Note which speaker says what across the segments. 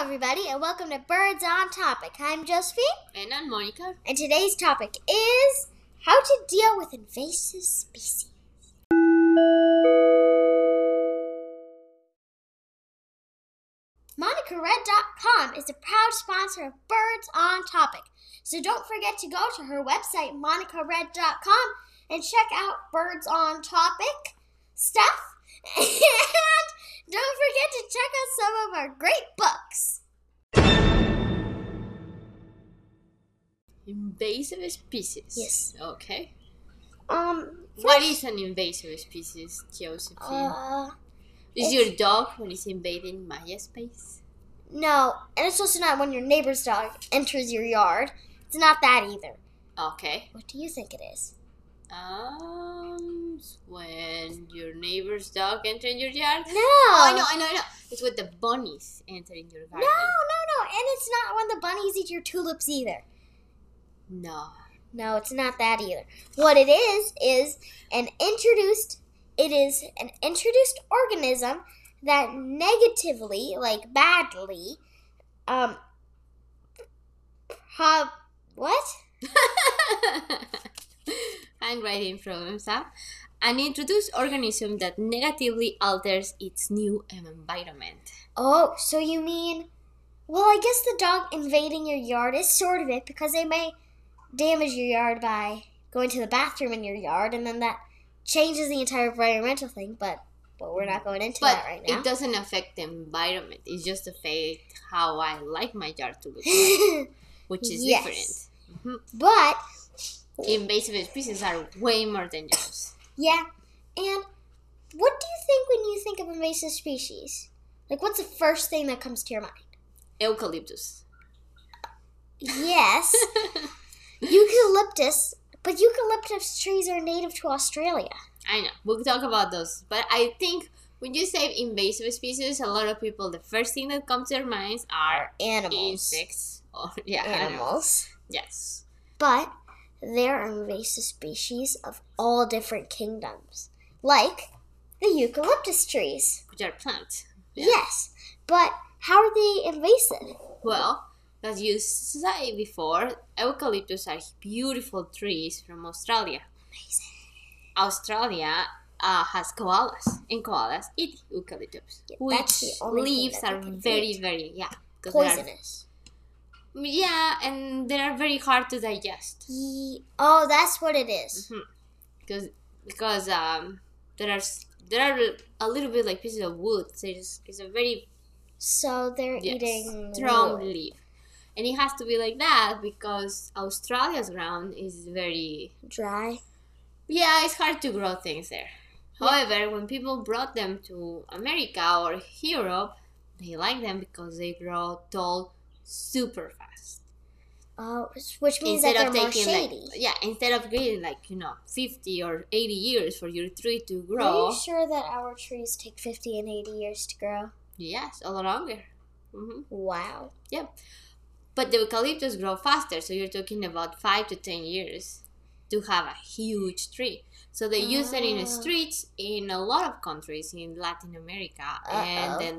Speaker 1: everybody, and welcome to Birds on Topic. I'm Josephine,
Speaker 2: And I'm Monica.
Speaker 1: and today's topic is how to deal with invasive species. MonicaRed.com is a proud sponsor of Birds on Topic, so don't forget to go to her website, MonicaRed.com, and check out Birds on Topic stuff, and don't forget to check out some of our great books.
Speaker 2: Invasive species.
Speaker 1: Yes.
Speaker 2: Okay.
Speaker 1: Um,
Speaker 2: What is an invasive species, Josephine?
Speaker 1: uh,
Speaker 2: is your dog when it's invading my space?
Speaker 1: No, and it's also not when your neighbor's dog enters your yard. It's not that either.
Speaker 2: Okay.
Speaker 1: What do you think it is?
Speaker 2: Um, it's when your neighbor's dog enters your yard?
Speaker 1: No.
Speaker 2: Oh, I know, I know, I know. It's when the bunnies enter in your
Speaker 1: No, no,
Speaker 2: garden.
Speaker 1: no, and it's not when the bunnies eat your tulips either.
Speaker 2: No.
Speaker 1: No, it's not that either. What it is is an introduced it is an introduced organism that negatively, like badly, um prob- what?
Speaker 2: I'm writing problems, huh? An introduced organism that negatively alters its new environment.
Speaker 1: Oh, so you mean well, I guess the dog invading your yard is sort of it because they may damage your yard by going to the bathroom in your yard and then that changes the entire environmental thing, but but we're not going into
Speaker 2: But
Speaker 1: that right now.
Speaker 2: it doesn't affect the environment. It just affects how I like my yard to look like, which is
Speaker 1: Yes.
Speaker 2: different. Mhm.
Speaker 1: but
Speaker 2: Invasive species are way more dangerous.
Speaker 1: yeah, and what do you think when you think of invasive species? Like, what's the first thing that comes to your mind?
Speaker 2: Eucalyptus.
Speaker 1: Yes, eucalyptus, but eucalyptus trees are native to Australia.
Speaker 2: I know. We'll talk about those. But I think when you say invasive species, a lot of people, the first thing that comes to their minds are
Speaker 1: Animals.
Speaker 2: insects. Or, yeah, animals.
Speaker 1: Animals.
Speaker 2: Yes.
Speaker 1: But there are invasive species of all different kingdoms, like the eucalyptus trees.
Speaker 2: Which are plants. Yeah.
Speaker 1: Yes, but how are they invasive?
Speaker 2: Well, as you said before, eucalyptus are beautiful trees from Australia. Australia uh, has koalas, and koalas eat eucalyptus,
Speaker 1: Yeah,
Speaker 2: which
Speaker 1: that's the only thing
Speaker 2: leaves
Speaker 1: that
Speaker 2: are
Speaker 1: they can
Speaker 2: very,
Speaker 1: eat.
Speaker 2: very yeah, 'cause they are-
Speaker 1: Poisonous.
Speaker 2: yeah, and they are very hard to digest
Speaker 1: Ye- oh, that's what it is.
Speaker 2: because because um there are s- there are a little bit like pieces of wood. So it's, it's a very
Speaker 1: So they're
Speaker 2: Mm. yes,
Speaker 1: eating
Speaker 2: strong
Speaker 1: wood.
Speaker 2: leaf, and it has to be like that because Australia's ground is very
Speaker 1: dry.
Speaker 2: Yeah, it's hard to grow things there. However, when people brought them to America or Europe, they like them because they grow tall super fast.
Speaker 1: Oh, which means that they're more
Speaker 2: like
Speaker 1: shady.
Speaker 2: yeah, instead of getting like, you know, 50 or 80 years for your tree to
Speaker 1: Are
Speaker 2: grow.
Speaker 1: you sure that our trees take 50 and 80 years to grow?
Speaker 2: Yes, a lot longer. hmm
Speaker 1: Wow.
Speaker 2: Yep. But the eucalyptus grow faster, so you're talking about 5 to 10 years to have a huge tree. So they use it in the
Speaker 1: Ah.
Speaker 2: streets in a lot of countries in Latin America
Speaker 1: Uh-oh. Mm,
Speaker 2: and then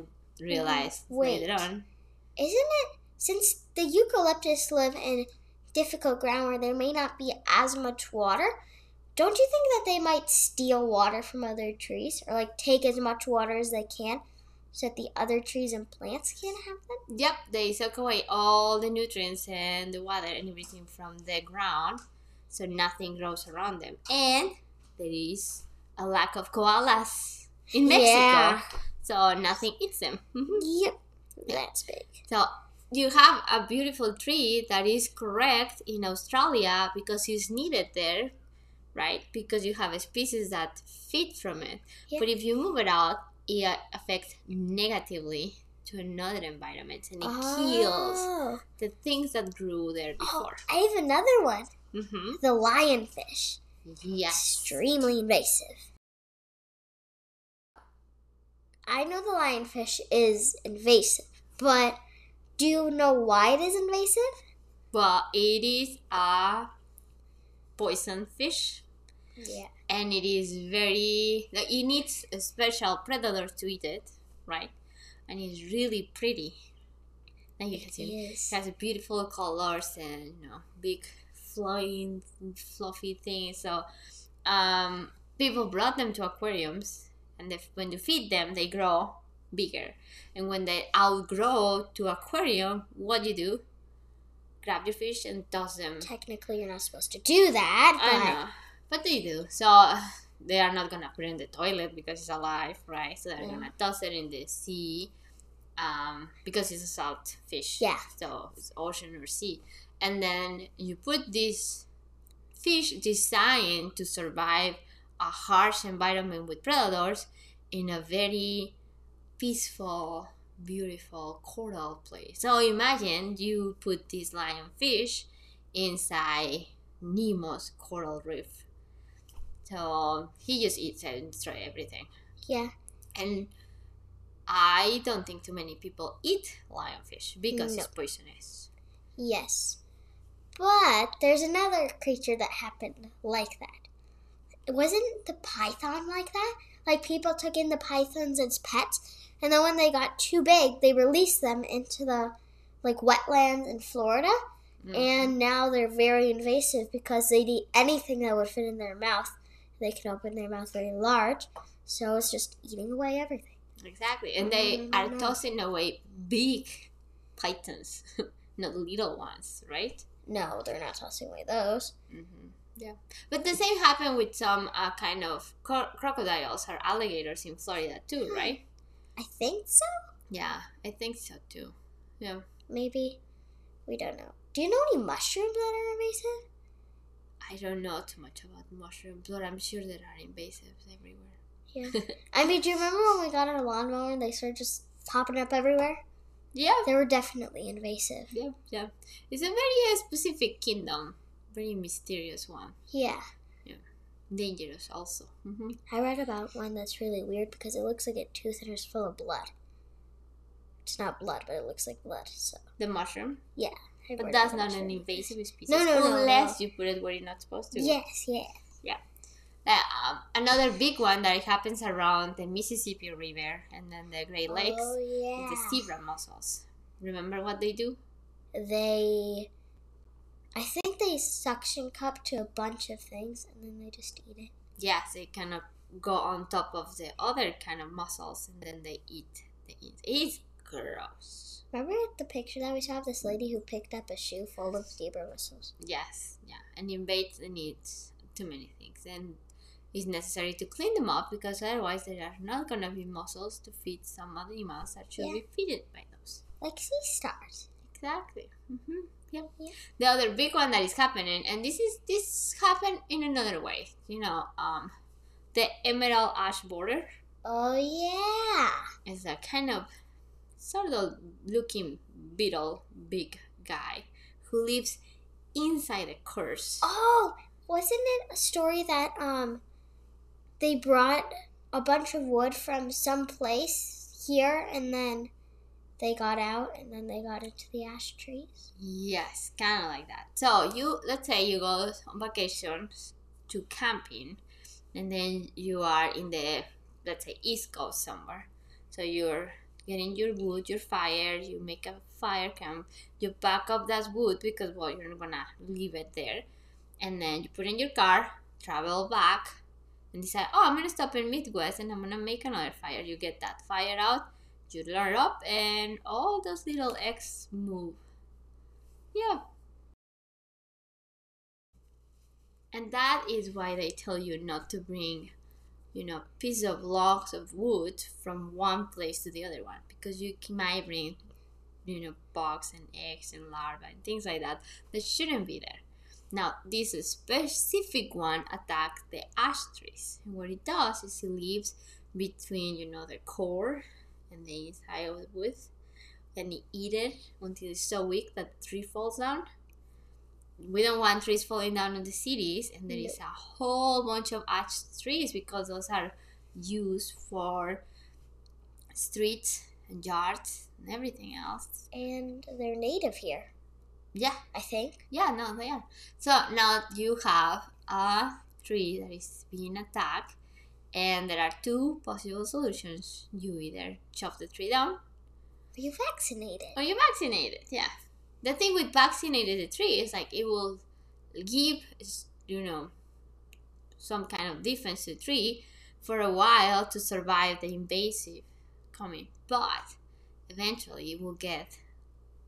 Speaker 2: realize
Speaker 1: Wait.
Speaker 2: later on.
Speaker 1: Isn't it since the eucalyptus live in difficult ground where there may not be as much water? Don't you think that they might steal water from other trees or like take as much water as they can so that the other trees and plants can't have them?
Speaker 2: Yep, they suck away all the nutrients and the water and everything from the ground so nothing grows around them. And there is a lack of koalas in Mexico.
Speaker 1: Yeah.
Speaker 2: So nothing eats them.
Speaker 1: Yep. That's big.
Speaker 2: So you have a beautiful tree that is correct in Australia because it's needed there, right? Because you have a species that feed from it.
Speaker 1: Yeah.
Speaker 2: But if you move it out, it uh, affects negatively to another environment and it kills
Speaker 1: Oh.
Speaker 2: the things that grew there
Speaker 1: oh,
Speaker 2: before.
Speaker 1: I have another one.
Speaker 2: hmm
Speaker 1: The lionfish.
Speaker 2: Yes.
Speaker 1: Extremely invasive. I know the lionfish is invasive, but do you know why it is invasive?
Speaker 2: But it is a poison fish
Speaker 1: Yeah.
Speaker 2: and it is very like, it needs a special predator to eat it right and it's really pretty Now you can see
Speaker 1: Yes.
Speaker 2: it has beautiful colors and you know big flowing fluffy things. So um, people brought them to aquariums, and if, when you feed them, they grow bigger. And when they outgrow to aquarium, what do you do? Grab your fish and toss them.
Speaker 1: Technically, you're not supposed to do that, but
Speaker 2: I know, but they do. So they are not gonna put it in the toilet because it's alive, right? So they're
Speaker 1: Yeah.
Speaker 2: gonna toss it in the sea, um, because it's a salt fish.
Speaker 1: Yeah.
Speaker 2: So it's ocean or sea, and then you put this fish designed to survive a harsh environment with predators in a very peaceful, beautiful coral place. So imagine you put this lionfish inside Nemo's coral reef. So he just eats it and destroys everything.
Speaker 1: yeah,
Speaker 2: And I don't think too many people eat lionfish because it's poisonous.
Speaker 1: yes. But there's another creature that happened like that. Wasn't the python like that? Like people took in the pythons as pets, and then when they got too big, they released them into the like wetlands in Florida, Mm-hmm.
Speaker 2: Mm.
Speaker 1: and now they're very invasive because they'd eat anything that would fit in their mouth. They can open their mouth very large, so it's just eating away everything.
Speaker 2: Exactly. And they
Speaker 1: Mm,
Speaker 2: are
Speaker 1: no.
Speaker 2: tossing away big pythons, not little ones, right?
Speaker 1: No, they're not tossing away those.
Speaker 2: hmm Yeah, but the same happened with some uh, kind of cro- crocodiles or alligators in Florida too,
Speaker 1: Hmm.
Speaker 2: right?
Speaker 1: I think so.
Speaker 2: Yeah, I think so too. Yeah,
Speaker 1: Maybe. We don't know. Do you know any mushrooms that are invasive?
Speaker 2: I don't know too much about mushrooms, but I'm sure there are invasives everywhere.
Speaker 1: Yeah. I mean, do you remember when we got our lawnmower and they started just popping up everywhere?
Speaker 2: Yeah,
Speaker 1: They were definitely invasive.
Speaker 2: yeah, yeah. It's a very uh, specific kingdom, very mysterious one,
Speaker 1: Yeah.
Speaker 2: dangerous also. hmm
Speaker 1: I read about one that's really weird because it looks like a tooth and it's full of blood. It's not blood, but it looks like blood, so.
Speaker 2: The mushroom,
Speaker 1: I've
Speaker 2: but
Speaker 1: read
Speaker 2: that's
Speaker 1: about
Speaker 2: not an
Speaker 1: mushroom.
Speaker 2: invasive species
Speaker 1: No, no, no,
Speaker 2: unless you put it where you're not supposed to.
Speaker 1: Yes, yeah.
Speaker 2: Uh, um, another big one that happens around the Mississippi River and then the Great Lakes
Speaker 1: Oh, yeah.
Speaker 2: is the zebra mussels. Remember what they do?
Speaker 1: they I think they suction cup to a bunch of things and then they just eat it.
Speaker 2: Yes, they kind of go on top of the other kind of mussels and then they eat the eat. It's gross.
Speaker 1: Remember the picture that we saw of this lady who picked up a shoe full of zebra whistles?
Speaker 2: Yes, yeah, and invades and eats too many things, and it's necessary to clean them up because otherwise there are not gonna be mussels to feed some animals that should
Speaker 1: Yeah.
Speaker 2: be fed by those.
Speaker 1: Like sea stars.
Speaker 2: Exactly. hmm Yep.
Speaker 1: Yeah.
Speaker 2: The other big one that is happening, and this is this happened in another way. You know, um, the emerald ash border
Speaker 1: Oh yeah.
Speaker 2: is a kind of sort of looking beetle, big guy who lives inside the curse.
Speaker 1: Oh, wasn't it a story that um they brought a bunch of wood from some place here and then they got out and then they got into the ash trees?
Speaker 2: Yes, kind of like that. So you, let's say you go on vacation to camping, and then you are in the let's say east coast somewhere. So you're getting your wood, your fire. You make a fire camp. You pack up that wood because well, you're not gonna leave it there, and then you put in your car, travel back, and decide, oh, I'm gonna stop in Midwest and I'm gonna make another fire. You get that fire out. You learn up, and all those little eggs move. Yeah. And that is why they tell you not to bring, you know, piece of logs of wood from one place to the other one because you c- might bring, you know, bugs and eggs and larvae and things like that that shouldn't be there. Now, this specific one attacks the ash trees. And what it does is it leaves between, you know, the core and the inside of the wood and it eat it until it's so weak that the tree falls down. We don't want trees falling down in the cities, and there is a whole bunch of ash trees because those are used for streets and yards and everything else.
Speaker 1: And they're native here,
Speaker 2: Yeah,
Speaker 1: I think.
Speaker 2: yeah, no, they are. So now you have a tree that is being attacked, and there are two possible solutions. You either chop the tree down
Speaker 1: Are you vaccinated?
Speaker 2: Or you vaccinated. Yeah. The thing with vaccinated the tree is like it will give you know some kind of defense to the tree for a while to survive the invasive coming, but eventually you will get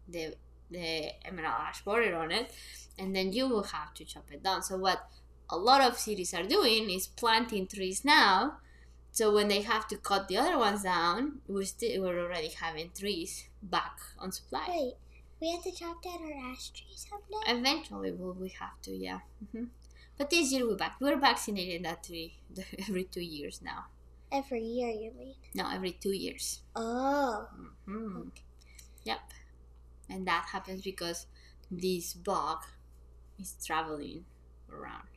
Speaker 2: the the emerald ash border on it, and then you will have to chop it down. So what a lot of cities are doing is planting trees now. So when they have to cut the other ones down, we're still we're already having trees back on supply.
Speaker 1: Wait, we have to chop down our ash tree someday?
Speaker 2: Eventually, will we have to? Yeah. hmm But this year we're back. We're vaccinating that tree every two years now.
Speaker 1: Every year, you mean?
Speaker 2: No, every two years.
Speaker 1: Oh.
Speaker 2: hmm Yep. And that happens because this bug is traveling around.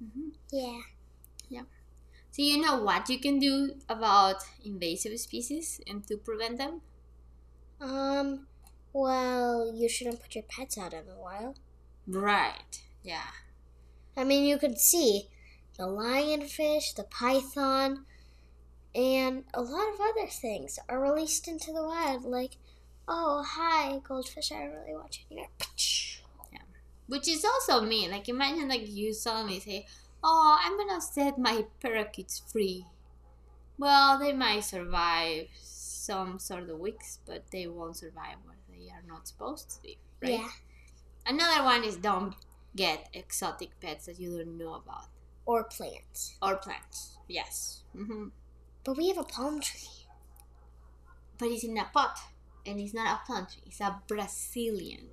Speaker 2: hmm
Speaker 1: Yeah.
Speaker 2: So you know what you can do about invasive species and to prevent them?
Speaker 1: Um, well, you shouldn't put your pets out in the wild.
Speaker 2: Right. Yeah.
Speaker 1: I mean, you can see the lionfish, the python, and a lot of other things are released into the wild. Like, oh, hi, goldfish, I really want you here.
Speaker 2: Which is also mean. Like imagine like you suddenly say, "Oh, I'm gonna set my parakeets free." Well, they might survive some sort of weeks, but they won't survive where they are not supposed to live. Right?
Speaker 1: Yeah.
Speaker 2: Another one is don't get exotic pets that you don't know about
Speaker 1: Or plants.
Speaker 2: or plants. Yes. hmm
Speaker 1: But we have a palm tree.
Speaker 2: But it's in a pot, and it's not a plant tree. It's a Brazilian,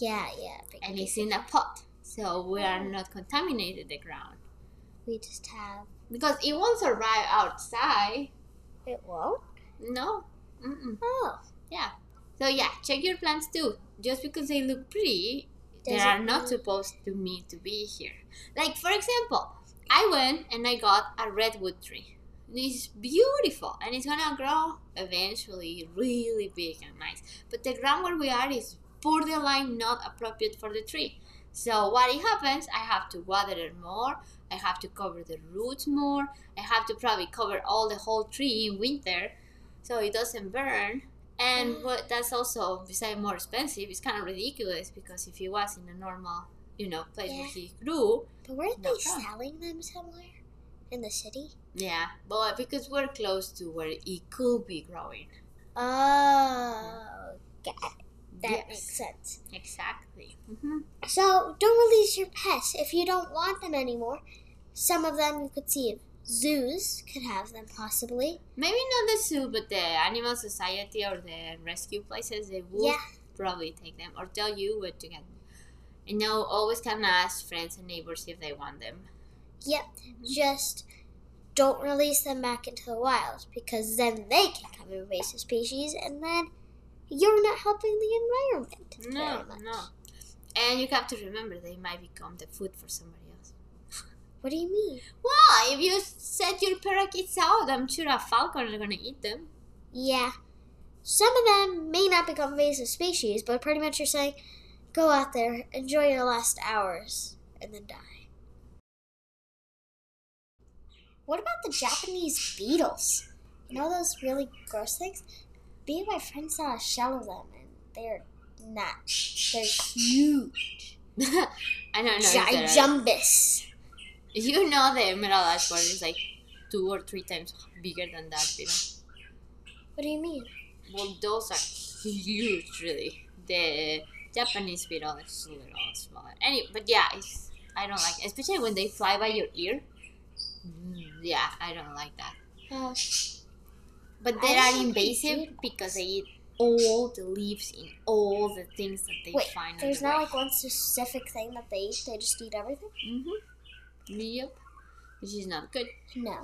Speaker 1: Yeah, yeah. big
Speaker 2: and
Speaker 1: tree.
Speaker 2: it's in a pot, so we are not contaminated the ground
Speaker 1: We just have.
Speaker 2: because it won't survive outside.
Speaker 1: It won't?
Speaker 2: No. Mm-mm.
Speaker 1: Oh.
Speaker 2: Yeah. So yeah, check your plants too. Just because they look pretty, they
Speaker 1: Doesn't
Speaker 2: are not
Speaker 1: mean-
Speaker 2: supposed to me to be here. Like for example, I went and I got a redwood tree. And It's beautiful and it's gonna grow eventually really big and nice. But the ground where we are is borderline not appropriate for the tree. So what it happens, I have to water it more, I have to cover the roots more, I have to probably cover all the whole tree in winter so it doesn't burn.
Speaker 1: Mm.
Speaker 2: And what that's also besides more expensive, it's kind of ridiculous because if it was in a normal, you know, place where
Speaker 1: Yeah.
Speaker 2: he grew,
Speaker 1: But weren't
Speaker 2: No
Speaker 1: they
Speaker 2: problem.
Speaker 1: selling them somewhere? In the city?
Speaker 2: yeah, but because we're close to where it could be growing.
Speaker 1: Oh. Got it. That
Speaker 2: Yes.
Speaker 1: makes sense.
Speaker 2: Exactly. hmm
Speaker 1: So don't release your pets if you don't want them anymore. Some of them you could see in zoos could have them possibly.
Speaker 2: Maybe not the zoo, but the animal society or the rescue places, they will
Speaker 1: Yeah.
Speaker 2: probably take them or tell you where to get them. And now always can ask friends and neighbors if they want them.
Speaker 1: Yep.
Speaker 2: Mm-hmm.
Speaker 1: Just don't release them back into the wild because then they can come and raise a species and then you're not helping the environment.
Speaker 2: No,
Speaker 1: very much.
Speaker 2: no. And you have to remember they might become the food for somebody else.
Speaker 1: What do you mean?
Speaker 2: Well, if you set your parakeets out, I'm sure a falcon is gonna eat them.
Speaker 1: Yeah. Some of them may not become invasive species, but pretty much you're saying go out there, enjoy your last hours, and then die. What about the Japanese beetles? You know those really gross things? Me and my friend saw a shell of them, and they're not. They're huge.
Speaker 2: I don't know. if there are-
Speaker 1: Gijumbus.
Speaker 2: You know the emerald ash borer is like two or three times bigger than that beetle.
Speaker 1: What do you mean?
Speaker 2: Well, those are huge, really. The Japanese beetle is a little smaller. Any, but yeah, it's, I don't like, especially when they fly by your ear. Mm, Yeah, I don't like that.
Speaker 1: Oh,
Speaker 2: But
Speaker 1: I
Speaker 2: they are
Speaker 1: think
Speaker 2: invasive
Speaker 1: beetles-
Speaker 2: because they eat all the leaves in all the things that they
Speaker 1: wait,
Speaker 2: find. on
Speaker 1: there's
Speaker 2: the
Speaker 1: not
Speaker 2: way.
Speaker 1: like one specific thing that they eat, they just eat everything?
Speaker 2: Mm-hmm. Yep. Which is not good.
Speaker 1: No.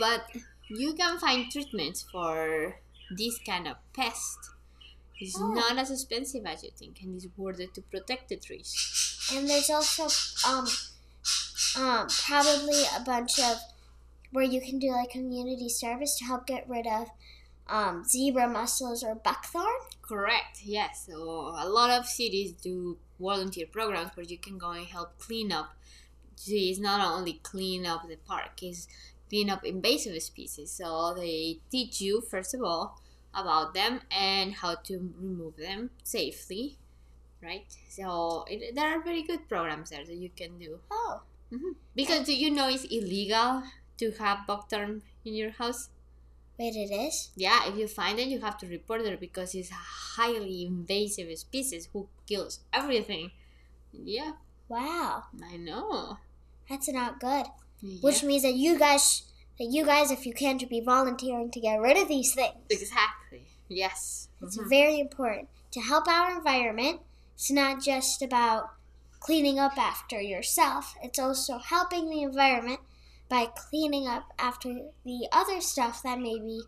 Speaker 2: But you can find treatments for this kind of pest. It's
Speaker 1: Oh.
Speaker 2: not as expensive as you think, and it's worth it to protect the trees.
Speaker 1: and there's also um um probably a bunch of where you can do like community service to help get rid of um, zebra mussels or buckthorn.
Speaker 2: Correct, yes. So a lot of cities do volunteer programs where you can go and help clean up. So it's not only clean up the park, it's clean up invasive species. So they teach you, first of all, about them and how to remove them safely, right? So it, there are very good programs there that you can do
Speaker 1: Oh,
Speaker 2: hmm because do you know it's illegal to have bog term in your house.
Speaker 1: wait, it is?
Speaker 2: Yeah, if you find it, you have to report it because it's a highly invasive species who kills everything. Yeah,
Speaker 1: Wow,
Speaker 2: I know.
Speaker 1: that's not good.
Speaker 2: Yeah.
Speaker 1: Which means that you guys, that you guys, if you can, should be volunteering to get rid of these things.
Speaker 2: Exactly. Yes.
Speaker 1: It's
Speaker 2: Mhm.
Speaker 1: very important to help our environment. It's not just about cleaning up after yourself, it's also helping the environment by cleaning up after the other stuff that maybe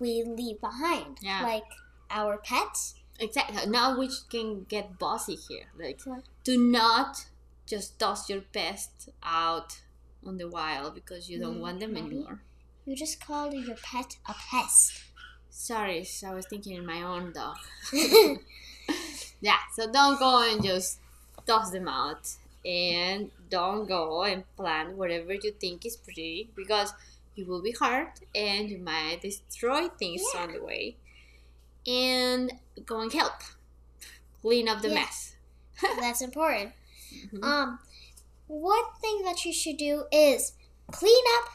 Speaker 1: we leave behind,
Speaker 2: Yeah.
Speaker 1: like our pets.
Speaker 2: Exactly. Now we can get bossy here. Like,
Speaker 1: Right.
Speaker 2: do not just toss your pets out on the wild because you don't want them
Speaker 1: Mhm.
Speaker 2: anymore.
Speaker 1: You just called your pet a pest.
Speaker 2: Sorry, so I was thinking in my own dog. Yeah, so don't go and just toss them out. And don't go and plant whatever you think is pretty because you will be hurt and you might destroy things
Speaker 1: Yeah.
Speaker 2: on the way. And go and help clean up the
Speaker 1: Yeah.
Speaker 2: mess.
Speaker 1: That's important.
Speaker 2: Mhm.
Speaker 1: Um, one thing that you should do is clean up.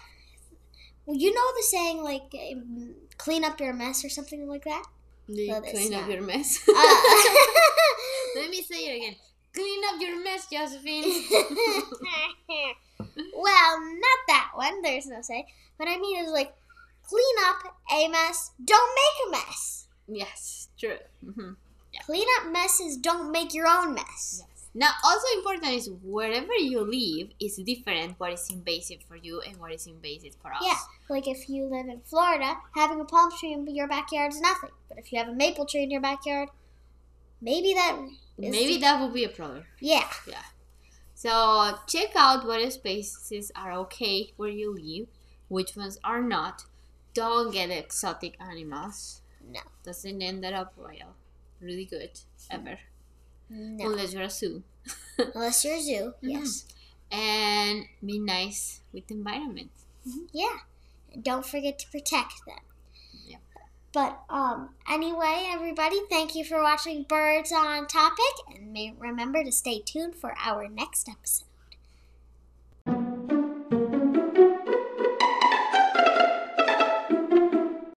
Speaker 1: You know the saying like um, "clean up your mess" or something like that.
Speaker 2: Do you
Speaker 1: Well, that's
Speaker 2: clean up
Speaker 1: not-
Speaker 2: your mess.
Speaker 1: Uh,
Speaker 2: Let me say it again. Clean up your mess, Josephine.
Speaker 1: well, not that one. There's no say. What I mean is like clean up a mess. Don't make a mess.
Speaker 2: yes, true. Mhm.
Speaker 1: Clean up messes. Don't make your own mess.
Speaker 2: Now, also important is wherever you live is different what is invasive for you and what is invasive for us.
Speaker 1: Yeah. Like if you live in Florida, having a palm tree in your backyard is nothing. But if you have a maple tree in your backyard, maybe that is
Speaker 2: Maybe that would be a problem.
Speaker 1: yeah.
Speaker 2: So, check out what spaces are okay where you live, which ones are not. Don't get exotic animals.
Speaker 1: No.
Speaker 2: Doesn't end up well. Really good. Ever.
Speaker 1: No.
Speaker 2: Unless you're a zoo.
Speaker 1: Unless you're a zoo.
Speaker 2: Mm-hmm.
Speaker 1: Yes.
Speaker 2: And be nice with the environment.
Speaker 1: Yeah. Don't forget to protect them.
Speaker 2: Yep.
Speaker 1: But um anyway, everybody, thank you for watching Birds on Topic and may remember to stay tuned for our next episode.